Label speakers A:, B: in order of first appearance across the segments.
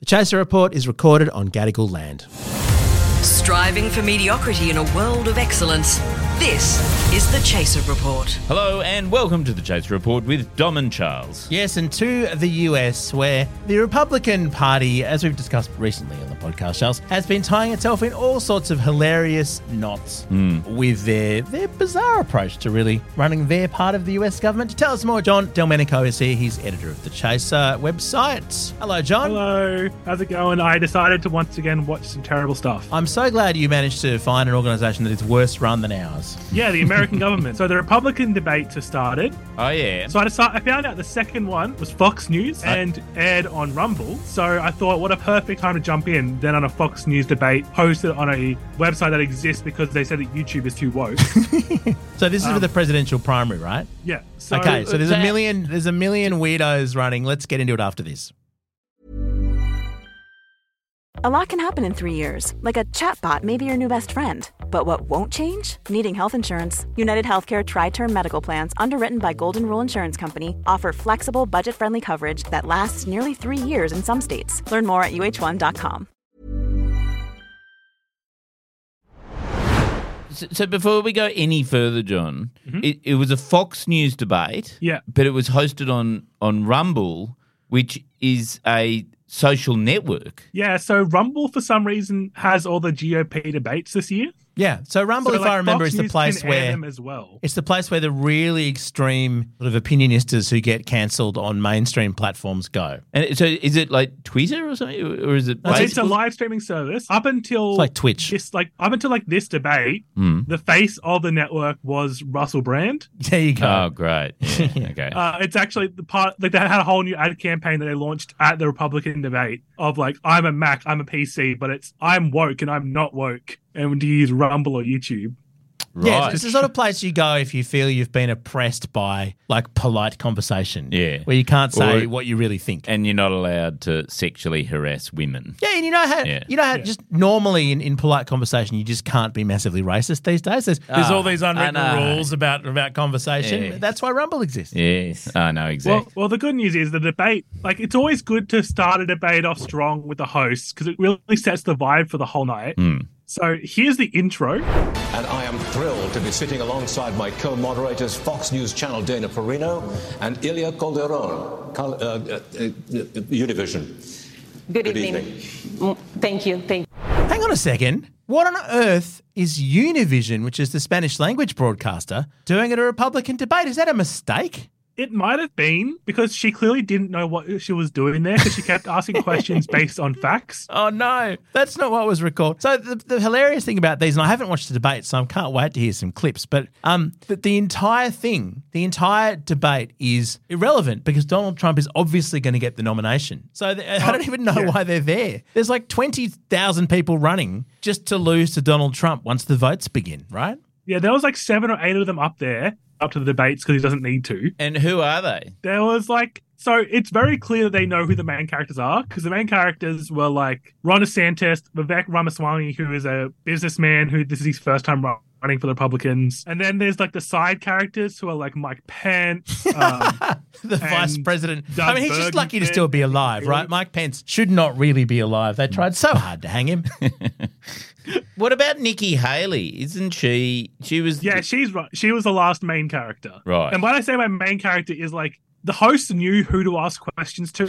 A: The Chaser Report is recorded on Gadigal land.
B: Striving for mediocrity in a world of excellence. This is the Chaser Report.
C: Hello and welcome to the Chase Report with Dom and Charles.
A: Yes, and to the US, where the Republican Party, as we've discussed recently on the podcast, Charles, has been tying itself in all sorts of hilarious knots with their, their bizarre approach to really running their part of the US government. To tell us more, John Delmenico is here. He's editor of the Chaser website. Hello, John.
D: Hello, how's it going? I decided to once again watch some terrible stuff.
A: I'm so glad you managed to find an organisation that is worse run than ours.
D: Yeah, the American government. So the Republican debates have started.
C: Oh yeah.
D: So I decided, I found out the second one was Fox News
A: Uh,
D: and aired on Rumble. So I thought, what a perfect time to jump in. Then on a Fox News debate posted on a website that exists because they said that YouTube is too woke.
A: So this is for the presidential primary, right?
D: yeah. So, uh,
A: okay, so there's a
C: that-
A: million there's a million weirdos running. Let's get into it after this.
E: A lot can happen in three years, like a chatbot may be your new best friend. But what won't change? Needing health insurance. United Healthcare Tri Term Medical Plans, underwritten by Golden Rule Insurance Company, offer flexible, budget friendly coverage that lasts nearly three years in some states. Learn more at uh1.com.
C: So, so before we go any further, John, it, it was a Fox News debate.
D: Yeah.
C: But it was hosted on on Rumble, which is a social network.
D: yeah, so Rumble for some reason has all the GOP debates this year.
A: Yeah. So Rumble,
D: so,
A: if
D: like,
A: I remember,
D: Fox
A: is the
D: News
A: place
D: can air
A: where
D: them as well.
A: it's the place where the really extreme sort of opinionistas who get cancelled on mainstream platforms go.
C: And so is it like Twitter or something, or is it?
A: No,
D: So
A: Right.
D: it's a live streaming service. Up until
A: It's like Twitch. Hmm.
D: this, like up until like this debate, the face of the network was Russell Brand.
A: There you go.
C: Oh, great. Yeah, okay.
D: Uh, it's actually the part like they had a whole new ad campaign that they launched at the Republican debate of like I'm a Mac, I'm a PC, but it's I'm woke and I'm not woke. And do you use Rumble or YouTube?
C: right.
A: yeah, it's the sort of place you go if you feel you've been oppressed by like polite conversation.
C: Yeah.
A: Where you can't say
C: Or-
A: what you really think.
C: and you're not allowed to sexually harass women.
A: Yeah, and you know how
C: Yeah.
A: you know how just normally in, in polite conversation you just can't be massively racist these days. There's, there's
C: Ah,
A: all these unwritten
C: I know.
A: rules about about conversation.
C: Yeah.
A: That's why Rumble exists.
C: Yes. I know exactly.
D: Well, well, the good news is the debate. Like, it's always good to start a debate off strong with the hosts because it really sets the vibe for the whole night.
A: Hmm.
D: So here's the intro.
F: And I am thrilled to be sitting alongside my co moderators, Fox News Channel Dana Perino and Ilya Calderon, Cal- uh, uh, uh, Univision.
G: Good
F: Good
G: evening.
F: evening.
G: Mm, Thank you. Thank
A: Hang on a second. What on earth is Univision, which is the Spanish language broadcaster, doing at a Republican debate? Is that a mistake?
D: It might have been because she clearly didn't know what she was doing there because she kept asking questions based on facts.
A: Oh no, that's not what was recorded. So the, the hilarious thing about these, and I haven't watched the debate, so I can't wait to hear some clips. But um, the, the entire thing, the entire debate is irrelevant because Donald Trump is obviously going to get the nomination. So th I
C: Oh,
A: don't even know
D: yeah.
A: why they're there. There's like twenty thousand people running just to lose to Donald Trump once the votes begin, right?
D: Yeah, there was like seven or eight of them up there up to the debates because he doesn't need to.
C: and who are they?
D: There was like so it's very clear that they know who the main characters are because the main characters were like Ron DeSantis, Vivek Ramaswamy, who is a businessman who this is his first time run- running for the Republicans, and then there's like the side characters who are like Mike Pence. Um,
A: The vice
D: And
A: president.
D: Doug
A: I mean, he's just
D: Burgum
A: lucky to
D: there.
A: still be alive, right? Mike Pence should not really be alive. They tried so hard to hang him.
C: What about Nikki Haley? Isn't she? She was.
D: yeah, she's ru- she was the last main character.
C: Right.
D: And when I say my main character is like the host knew who to ask questions to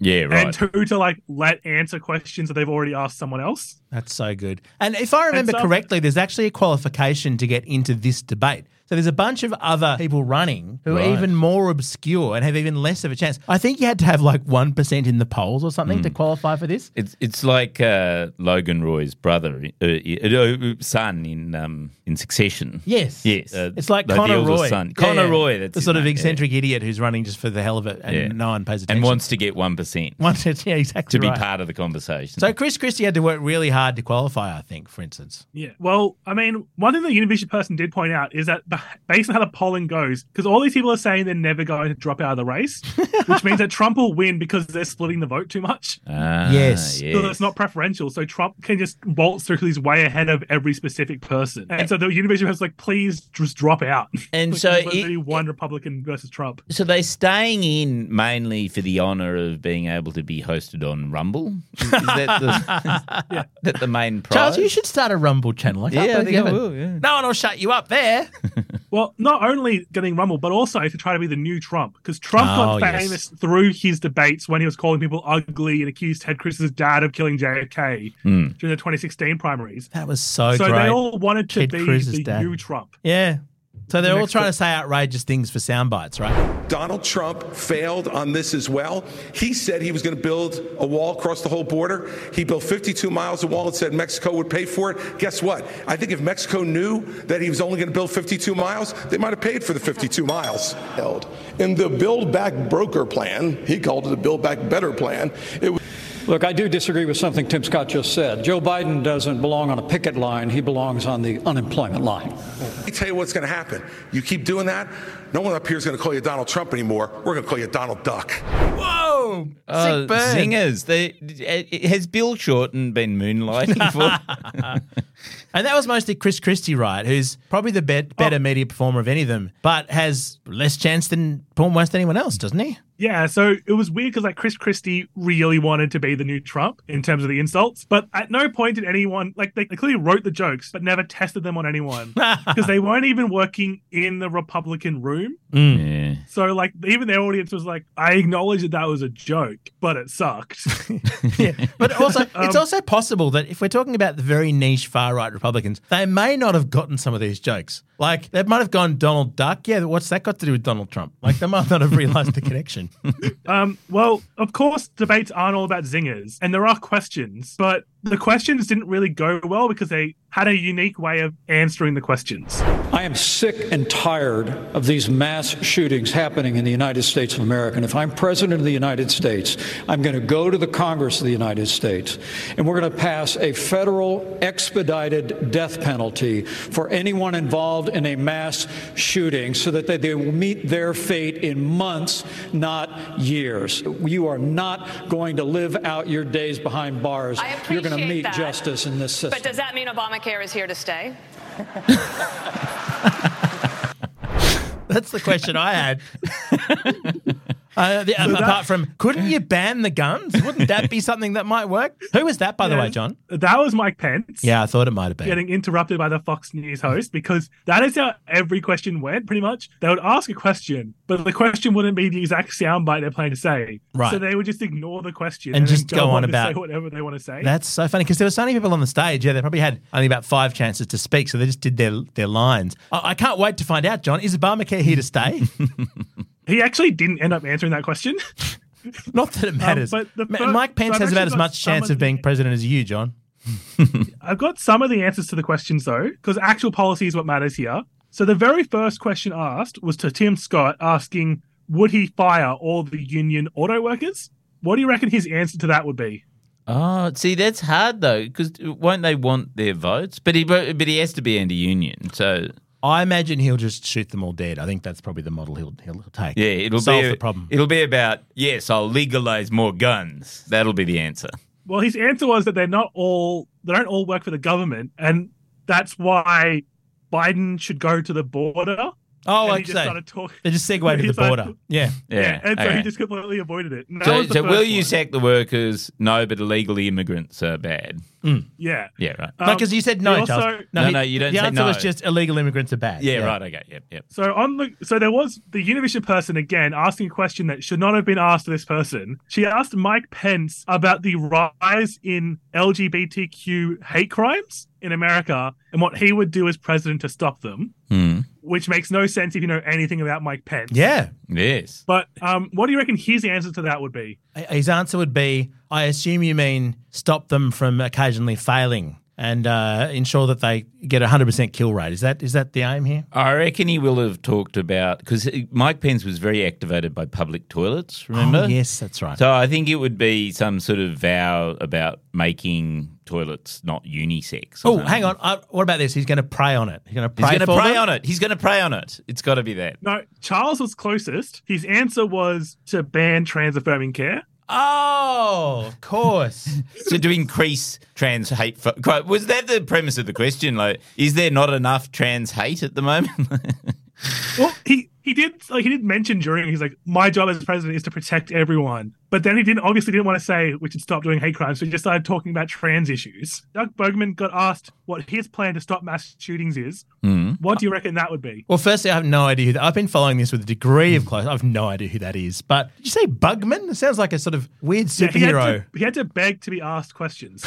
C: yeah. Right.
D: and who to like let answer questions that they've already asked someone else.
A: That's so good. And if I remember
D: so-
A: correctly, there's actually a qualification to get into this debate. So there's a bunch of other people running who
C: Right.
A: are even more obscure and have even less of a chance. I think you had to have like 1% in the polls or something
C: Hmm.
A: to qualify for this.
C: It's it's like uh, Logan Roy's brother, uh, uh, son in um, in Succession.
A: Yes.
C: yes. Uh,
A: it's like
C: the
A: Conor
C: elder
A: Roy.
C: son.
A: Yeah,
C: Conor
A: yeah.
C: Roy. That's
A: the
C: his
A: sort of
C: name, yeah.
A: eccentric idiot who's running just for the hell of it and
C: Yeah.
A: no one pays attention.
C: and wants to get one percent
A: Wants it. Yeah, exactly.
C: to be
A: right.
C: part of the conversation.
A: So Chris Christie had to work really hard to qualify, I think, for instance.
D: Yeah. Well, I mean, one thing the Univision person did point out is that the based on how the polling goes, because all these people are saying they're never going to drop out of the race, which means that Trump will win because they're splitting the vote too much.
C: Ah,
A: Yes.
D: So it's not preferential. So Trump can just bolt through 'cause he's way ahead of every specific person. And so the university was like, please just drop out.
C: And
D: Like,
C: so
D: there's
C: it-
D: only one Republican versus Trump.
C: So they staying in mainly for the honour of being able to be hosted on Rumble. Is that the, is that the main prize?
A: Charles, you should start a Rumble channel. I can't
C: Yeah, I
A: believe
C: think
A: you
C: I
A: haven't.
C: will, yeah.
A: No one will shut you up there.
D: Well, not only getting Rumble, but also to try to be the new Trump, because Trump
A: Oh,
D: got
A: yes.
D: famous through his debates when he was calling people ugly and accused Ted Cruz's dad of killing JFK during the 2016 primaries.
A: that was so,
D: so
A: Hmm. Oh, great.
D: they all wanted to
A: Ted
D: be
A: Cruz's
D: the
A: dad.
D: new Trump.
A: yeah. So they're all
D: next
A: trying
D: one.
A: to say outrageous things for sound bites, right?
G: Donald Trump failed on this as well. He said he was going to build a wall across the whole border. He built 52 miles of wall and said Mexico would pay for it. Guess what? I think if Mexico knew that he was only going to build 52 miles, they might have paid for the 52 miles.
H: held. In the Build Back Broker plan, he called it the Build Back Better plan. It was
I: Look, I do disagree with something Tim Scott just said. Joe Biden doesn't belong on a picket line, he belongs on the unemployment line.
G: I tell you what's going to happen. You keep doing that, no one up here is going to call you Donald Trump anymore. We're going to call you Donald Duck.
A: Whoa!
C: Oh,
A: Sick burn.
C: zingers. They, eh, has Bill Shorten been moonlighting for?
A: And that was mostly Chris Christie, right? Who's probably the bet better media performer of any of them, but has less chance than almost anyone else, doesn't he?
D: Yeah, so it was weird because like Chris Christie really wanted to be the new Trump in terms of the insults, but at no point did anyone like they, they clearly wrote the jokes but never tested them on anyone because they weren't even working in the Republican room.
C: yeah.
D: So like even their audience was like, I acknowledge that that was a joke, but it sucked.
A: But also, it's also possible that if we're talking about the very niche far right Republicans, they may not have gotten some of these jokes. Like they might have gone Donald Duck. Yeah, what's that got to do with Donald Trump? Like they might not have realised the connection.
D: Um, well, of course, debates aren't all about zingers, and there are questions, but the questions didn't really go well because they had a unique way of answering the questions.
I: I am sick and tired of these mass shootings happening in the United States of America. And if I'm president of the United States, I'm going to go to the Congress of the United States and we're going to pass a federal expedited death penalty for anyone involved in a mass shooting so that they, they will meet their fate in months, not years. You are not going to live out your days behind bars.
J: I
I: You're going to
J: appreciate
I: meet
J: that.
I: justice in this system.
J: But does that mean Obamacare is here to stay?
A: That's the question I had. Uh, the- apart from, couldn't you ban the guns? Wouldn't that be something that might work? Who was that, by the way, John?
D: That was Mike Pence.
A: Yeah, I thought it might have been.
D: Getting interrupted by the Fox News host because that is how every question went, pretty much. They would ask a question, but the question wouldn't be the exact soundbite they're planning to say.
A: Right.
D: So they would just ignore the question
A: And
D: then
A: just go on
D: to
A: about-
D: say whatever they want to say.
A: That's so funny because there were so many people on the stage. Yeah, they probably had only about five chances to speak, so they just did their their lines. I, I can't wait to find out, John. Is Obamacare here to stay?
D: He actually didn't end up answering that question.
A: Not that it matters.
D: Um, but the
A: Ma-
D: fir-
A: Mike Pence
D: so I've
A: has about
D: actually
A: as
D: got
A: much
D: some
A: chance
D: of
A: of being
D: the-
A: president as you, John.
D: I've got some of the answers to the questions though, because actual policy is what matters here. So the very first question asked was to Tim Scott asking, would he fire all the union auto workers? What do you reckon his answer to that would be?
C: Oh, see, that's hard though, because won't they want their votes? But he, but he has to be anti-union, so
A: I imagine he'll just shoot them all dead. I think that's probably the model he'll he'll take.
C: yeah, it'll
A: solve
C: be
A: the problem.
C: It'll be about yes, I'll legalize more guns. That'll be the answer.
D: Well, his answer was that they're not all they don't all work for the government, and that's why Biden should go to the border.
A: oh, like
D: and he
A: you
D: just
A: say,
D: started talking.
A: they just segue to
D: He
A: the
D: started-
A: border. Yeah,
C: Yeah,
D: and so
C: okay.
D: he just completely avoided it. And that
C: so,
D: was the
C: so
D: first
C: will you
D: one.
C: sack the workers? No, but illegal immigrants are bad.
D: Yeah.
C: Yeah, right.
A: no, because you said no,
D: um, he also-
A: Charles.
C: No,
A: he-
C: no, you don't
A: The
C: say
A: answer was
C: no.
A: just illegal immigrants are bad.
C: yeah, right. Okay. Yep. Yep.
D: So on the so there was the Univision person again asking a question that should not have been asked to this person. She asked Mike Pence about the rise in LGBTQ hate crimes in America and what he would do as president to stop them, which makes no sense if you know anything about Mike Pence.
A: Yeah.
C: Yes.
D: But um, what do you reckon his answer to that would be?
A: His answer would be, I assume you mean stop them from occasionally failing. and uh, ensure that they get a hundred percent kill rate. Is that is that the aim here?
C: I reckon he will have talked about because Mike Pence was very activated by public toilets. Remember?
A: Oh, yes, that's right.
C: So I think it would be some sort of vow about making toilets not unisex. or
A: Oh,
C: something.
A: hang on. Uh, what about this? He's going to prey on it. He's going to
C: He's
A: prey.
C: going to
A: for
C: prey
A: them?
C: on it. He's going to prey on it. It's got to be that.
D: No, Charles was closest. His answer was to ban trans affirming care.
A: Oh, of course.
C: So to increase trans hate, fo- quite- was that the premise of the question? Like, is there not enough trans hate at the moment?
D: Well, he he did like he did mention during he's like my job as president is to protect everyone, but then he didn't obviously didn't want to say we should stop doing hate crimes, so he just started talking about trans issues. Doug Bergman got asked what his plan to stop mass shootings is.
C: Hmm.
D: What do you reckon that would be?
A: well, firstly, I have no idea. Who that, I've been following this with a degree of close. I have no idea who that is. But did you say Bugman? It sounds like a sort of weird
D: Yeah, he, had
A: superhero.
D: to, he had to beg to be asked questions.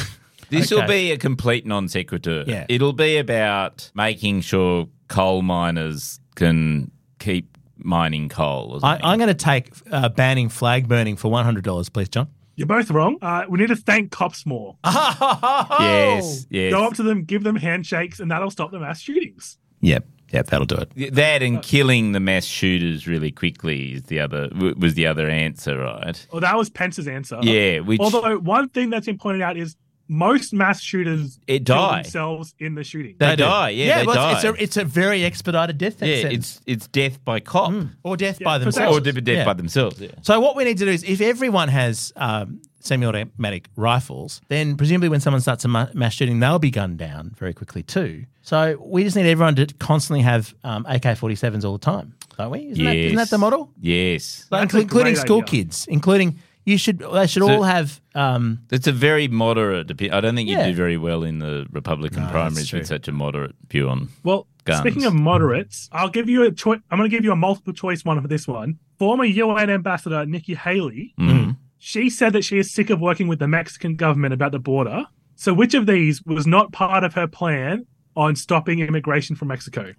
C: this will
A: Okay.
C: be a complete non sequitur.
A: Yeah.
C: It'll be about making sure coal miners can keep mining coal. Or
A: I,
C: something.
A: I'm going to take uh, banning flag burning for one hundred dollars, please, John.
D: You're both wrong. Uh, we need to thank cops more.
A: Oh!
C: yes, Ah, yes.
D: Go up to them, give them handshakes, and that'll stop the mass shootings.
A: Yep, yep, that'll do it.
C: That
A: Oh.
C: and killing the mass shooters really quickly is the other w- was the other answer, right?
D: Well, that was Pence's answer.
C: Yeah, which
D: Although one thing that's been pointed out is most mass shooters
C: It
D: kill
C: die.
D: themselves in the shooting.
C: they,
A: do.
C: die. Yeah, they
A: well,
C: die.
A: It's, it's a, it's a very expedited death
C: yeah,
A: sentence. Hmm.
C: it's it's death by cop
A: or death by themselves.
C: or death
A: Mm. Yeah.
C: by themselves. Yeah.
A: So what we need to do is, if everyone has um, semi-automatic rifles, then presumably when someone starts a ma- mass shooting, they'll be gunned down very quickly too. So we just need everyone to constantly have um, AK-47s all the time, don't we? Isn't, that, isn't that the
C: Yes.
A: model?
C: Yes,
A: Like,
D: That's a
A: including
D: great
A: school
D: idea.
A: kids, including you should they should all have. Um,
C: it's a very moderate. opi- I don't think you
A: Yeah.
C: do very well in the Republican primaries
A: true.
C: with such a moderate view on.
D: Well,
C: Guns.
D: speaking of moderates, I'll give you a choice. I'm going to give you a multiple choice one for this one. Former UN ambassador Nikki Haley,
A: Mm-hmm.
D: she said that she is sick of working with the Mexican government about the border. So, which of these was not part of her plan on stopping immigration from Mexico?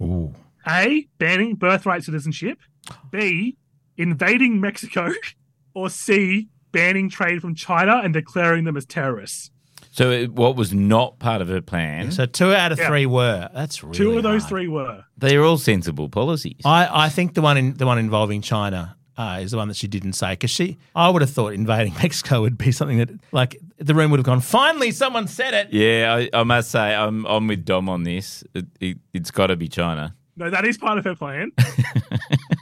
D: A. Banning birthright citizenship. B. Invading Mexico. Or C. Banning trade from China and declaring them as terrorists.
C: So it, what was not part of her plan?
A: so two out of
D: Yeah.
A: three were. That's really
D: Two of those
A: hard.
D: three were.
C: they are all sensible policies.
A: I, I think the one in, the one involving China uh, is the one that she didn't say because she I would have thought invading Mexico would be something that like the room would have gone finally someone said it.
C: yeah, I, I must say I'm I'm with Dom on this. It, it, it's got to be China.
D: No, that is part of her plan.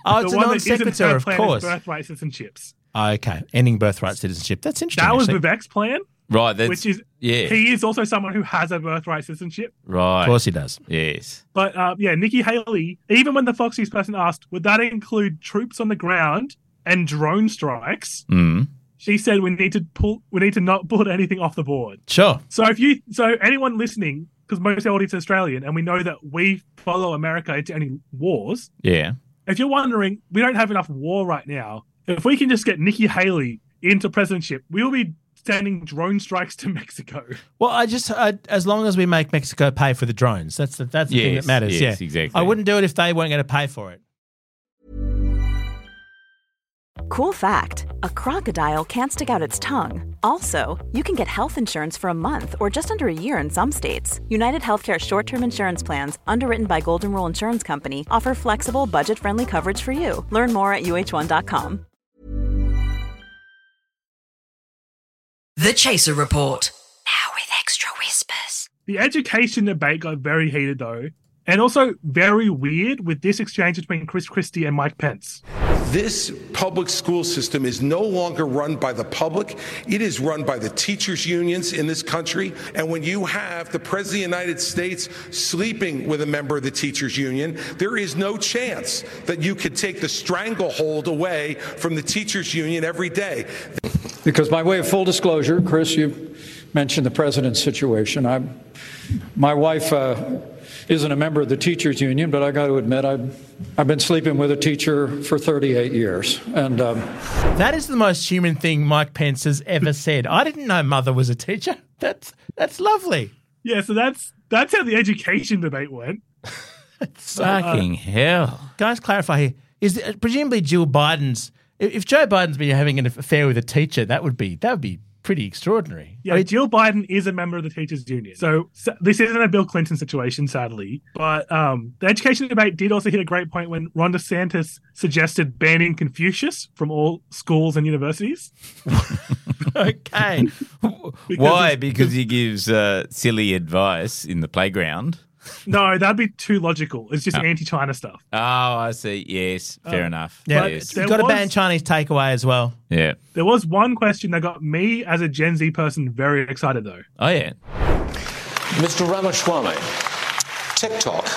A: Oh, it's a
D: the one
A: non
D: that isn't
A: sequitur,
D: her
A: of
D: plan
A: course.
D: is birthrights and chips.
A: Oh, okay, ending birthright citizenship. That's interesting.
D: That was
A: actually.
D: Vivek's plan,
C: Right. That's
D: which is
C: yeah.
D: he is also someone who has a birthright citizenship.
C: right.
A: Of course he does.
C: Yes.
D: But uh, yeah, Nikki Haley, even when the Fox News person asked, would that include troops on the ground and drone strikes?
C: Mm.
D: She said we need to pull, we need to not put anything off the board.
A: Sure.
D: So if you, so anyone listening, because most of our audience is Australian, and we know that we follow America into any wars.
C: Yeah.
D: if you're wondering, we don't have enough war right now. If we can just get Nikki Haley into presidentship, we'll be sending drone strikes to Mexico.
A: Well, I just I, as long as we make Mexico pay for the drones, that's the, that's the thing
C: Yes,
A: that matters.
C: yes,
A: yeah,
C: exactly.
A: I wouldn't do it if they weren't going to pay for it.
E: Cool fact a crocodile can't stick out its tongue. Also, you can get health insurance for a month or just under a year in some states. United Healthcare short term insurance plans, underwritten by Golden Rule Insurance Company, offer flexible, budget friendly coverage for you. Learn more at uh1.com.
B: The Chaser Report. Now with extra whispers.
D: The education debate got very heated though, and also very weird with this exchange between Chris Christie and Mike Pence.
G: This public school system is no longer run by the public. It is run by the teachers' unions in this country. And when you have the President of the United States sleeping with a member of the teachers' union, there is no chance that you could take the stranglehold away from the teachers' union every day.
I: Because by way of full disclosure, Chris, you mentioned the president's situation. I'm, my wife uh, isn't a member of the teachers union, but I got to admit, I've, I've been sleeping with a teacher for 38 years. And um,
A: That is the most human thing Mike Pence has ever said. I didn't know mother was a teacher. That's that's lovely.
D: Yeah, so that's that's how the education debate went.
C: Fucking hell.
A: Can I just clarify here? Is uh, presumably Jill Biden's? i- If Joe Biden's been having an affair with a teacher, that would be that would be pretty extraordinary.
D: Yeah, Jill Biden is a member of the teachers union. So, so this isn't a Bill Clinton situation, sadly. But um, the education debate did also hit a great point when Ron DeSantis suggested banning Confucius from all schools and universities.
C: okay. Why? Because he gives uh, silly advice in the playground.
D: No, that'd be too logical. It's just anti-China stuff.
C: Oh, I see. Yes, fair enough.
A: Yeah,
C: Yes.
A: you've
D: there
A: got to
D: was-
A: ban Chinese takeaway as well.
C: Yeah.
D: There was one question that got me as a Gen Z person very excited though.
C: Oh, yeah.
F: Mr. Ramaswamy, TikTok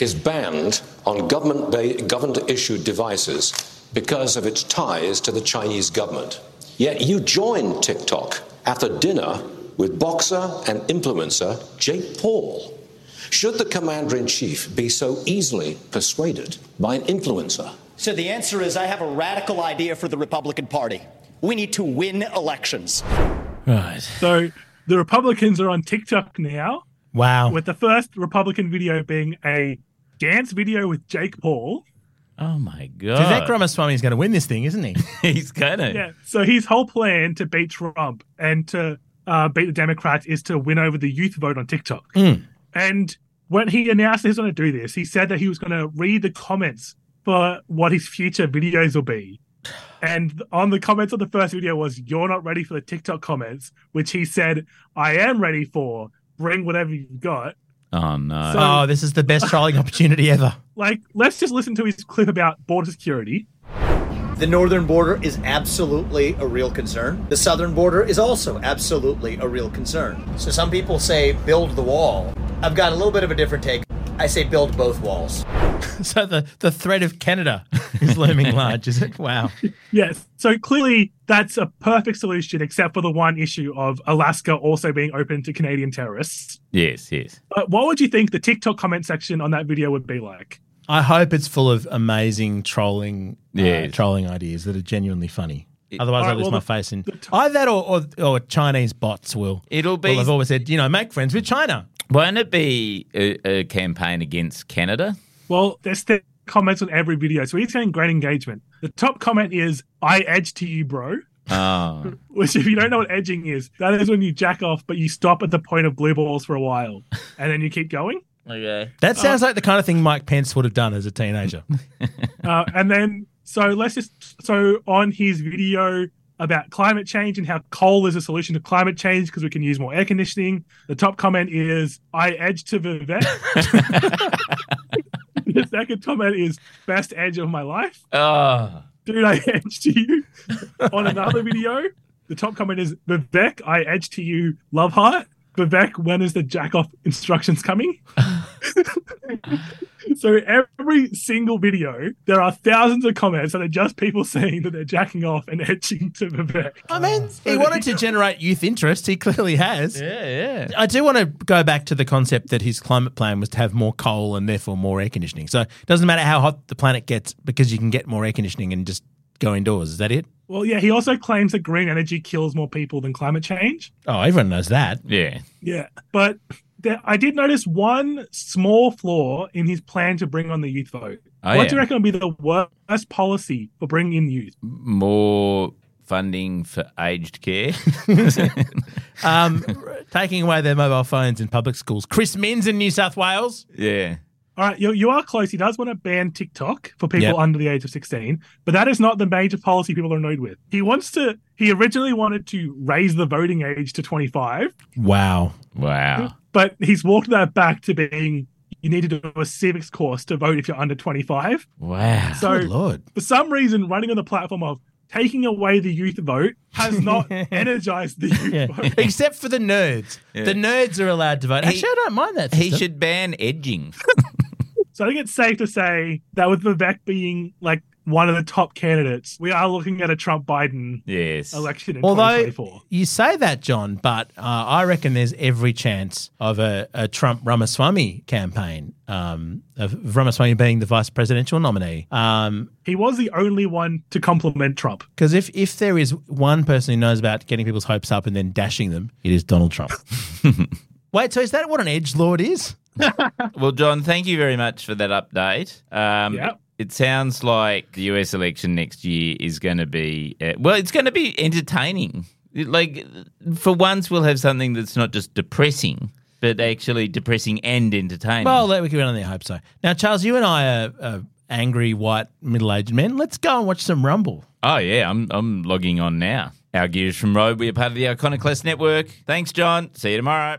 F: is banned on government ba- government issued devices because of its ties to the Chinese government. Yet you joined TikTok after dinner with boxer and influencer Jake Paul. Should the commander in chief be so easily persuaded by an influencer?
K: So the answer is I have a radical idea for the Republican Party. We need to win elections.
C: Right.
D: So the Republicans are on TikTok now,
A: Wow.
D: with the first Republican video being a dance video with Jake Paul.
C: Oh, my God.
A: Vivek Ramaswamy's going to win this thing, isn't he?
C: He's going to.
D: Yeah. So his whole plan to beat Trump and to uh, beat the Democrats is to win over the youth vote on TikTok. And when he announced he was going to do this, he said that he was going to read the comments for what his future videos will be. And on the comments on the first video was, You're not ready for the TikTok comments, which he said, I am ready for. Bring whatever you've got.
C: Oh, no.
D: So,
A: oh, this is the best trolling opportunity ever.
D: like, let's just listen to his clip about border security.
K: The northern border is absolutely a real concern. The southern border is also absolutely a real concern. So some people say build the wall. I've got a little bit of a different take. I say build both walls.
A: So the, the threat of Canada is looming large, is it? Wow.
D: Yes. So clearly, that's a perfect solution, except for the one issue of Alaska also being open to Canadian terrorists.
C: yes, yes.
D: But what would you think the TikTok comment section on that video would be like?
A: I hope it's full of amazing trolling, uh,
C: Yeah.
A: trolling ideas that are genuinely funny. Otherwise,
D: All
A: I
D: right,
A: lose
D: well,
A: my
D: the-
A: face. And either that, or, or or Chinese bots will.
C: It'll be-
A: Well, I've always said, you know, make friends with China.
C: Won't it be a, a campaign against Canada?
D: Well, there's th- comments on every video, so he's getting great engagement. The top comment is, I edge to you, bro.
C: Oh,
D: Which, if you don't know what edging is, that is when you jack off, but you stop at the point of blue balls for a while and then you keep going.
C: okay.
A: That sounds like the kind of thing Mike Pence would have done as a teenager.
D: Uh, and then, so let's just, so on his video about climate change and how coal is a solution to climate change because we can use more air conditioning, the top comment is, I edge to Vivek. the second comment is, best edge of my life.
C: Oh,
D: Dude, I edge to you. on another video, the top comment is, Vivek, I edge to you, love heart. Vivek, when is the jack off instructions coming? So every single video, there are thousands of comments that are just people saying that they're jacking off and edging to the back.
A: I mean, Uh, he wanted to generate youth interest. He clearly has.
C: yeah, yeah.
A: I do want to go back to the concept that his climate plan was to have more coal and therefore more air conditioning. So it doesn't matter how hot the planet gets because you can get more air conditioning and just go indoors. Is that it?
D: Well, yeah, he also claims that green energy kills more people than climate change.
A: Oh, everyone knows that.
C: Yeah.
D: Yeah, but there, I did notice one small flaw in his plan to bring on the youth vote.
C: Oh,
D: what
C: yeah.
D: do you reckon would be the worst policy for bringing in youth?
C: More funding for aged care.
A: Um, taking away their mobile phones in public schools. Chris Minns in New South Wales.
C: yeah.
D: All right, you, you are close. He does want to ban TikTok for people
A: Yep.
D: under the age of 16, but that is not the major policy people are annoyed with. He wants to, he originally wanted to raise the voting age to 25,
A: Wow.
C: Wow.
D: but he's walked that back to being you need to do a civics course to vote if you're under 25.
C: Wow.
D: So
A: Good Lord.
D: for some reason, running on the platform of taking away the youth vote has not energized the youth vote.
A: Except for the nerds. The nerds are allowed to vote.
C: He-
A: Actually, I don't mind that.
C: He
A: system.
C: should ban edging.
D: So I think it's safe to say that with Vivek being like one of the top candidates, we are looking at a Trump Biden
C: yes.
D: election in
A: Although
D: 2024.
A: you say that, John, but uh, I reckon there's every chance of a, a Trump Ramaswamy campaign, um, of Ramaswamy being the vice presidential nominee. Uh, Because
D: He was the only one to compliment Trump.
A: if, if there is one person who knows about getting people's hopes up and then dashing them, it is Donald Trump. Wait, so is that what an edge lord is?
C: Well, John, thank you very much for that update. Um,
D: Yep.
C: It sounds like the US election next year is going to be, uh, well, it's going to be entertaining. Like, for once, we'll have something that's not just depressing, but actually depressing and entertaining.
A: Well, let we go on the hope so. Now, Charles, you and I are, are angry white middle-aged men. Let's go and watch some Rumble.
C: oh yeah, I'm I'm logging on now. Our gears from road. We are part of the Iconoclast Network. Thanks, John. See you tomorrow.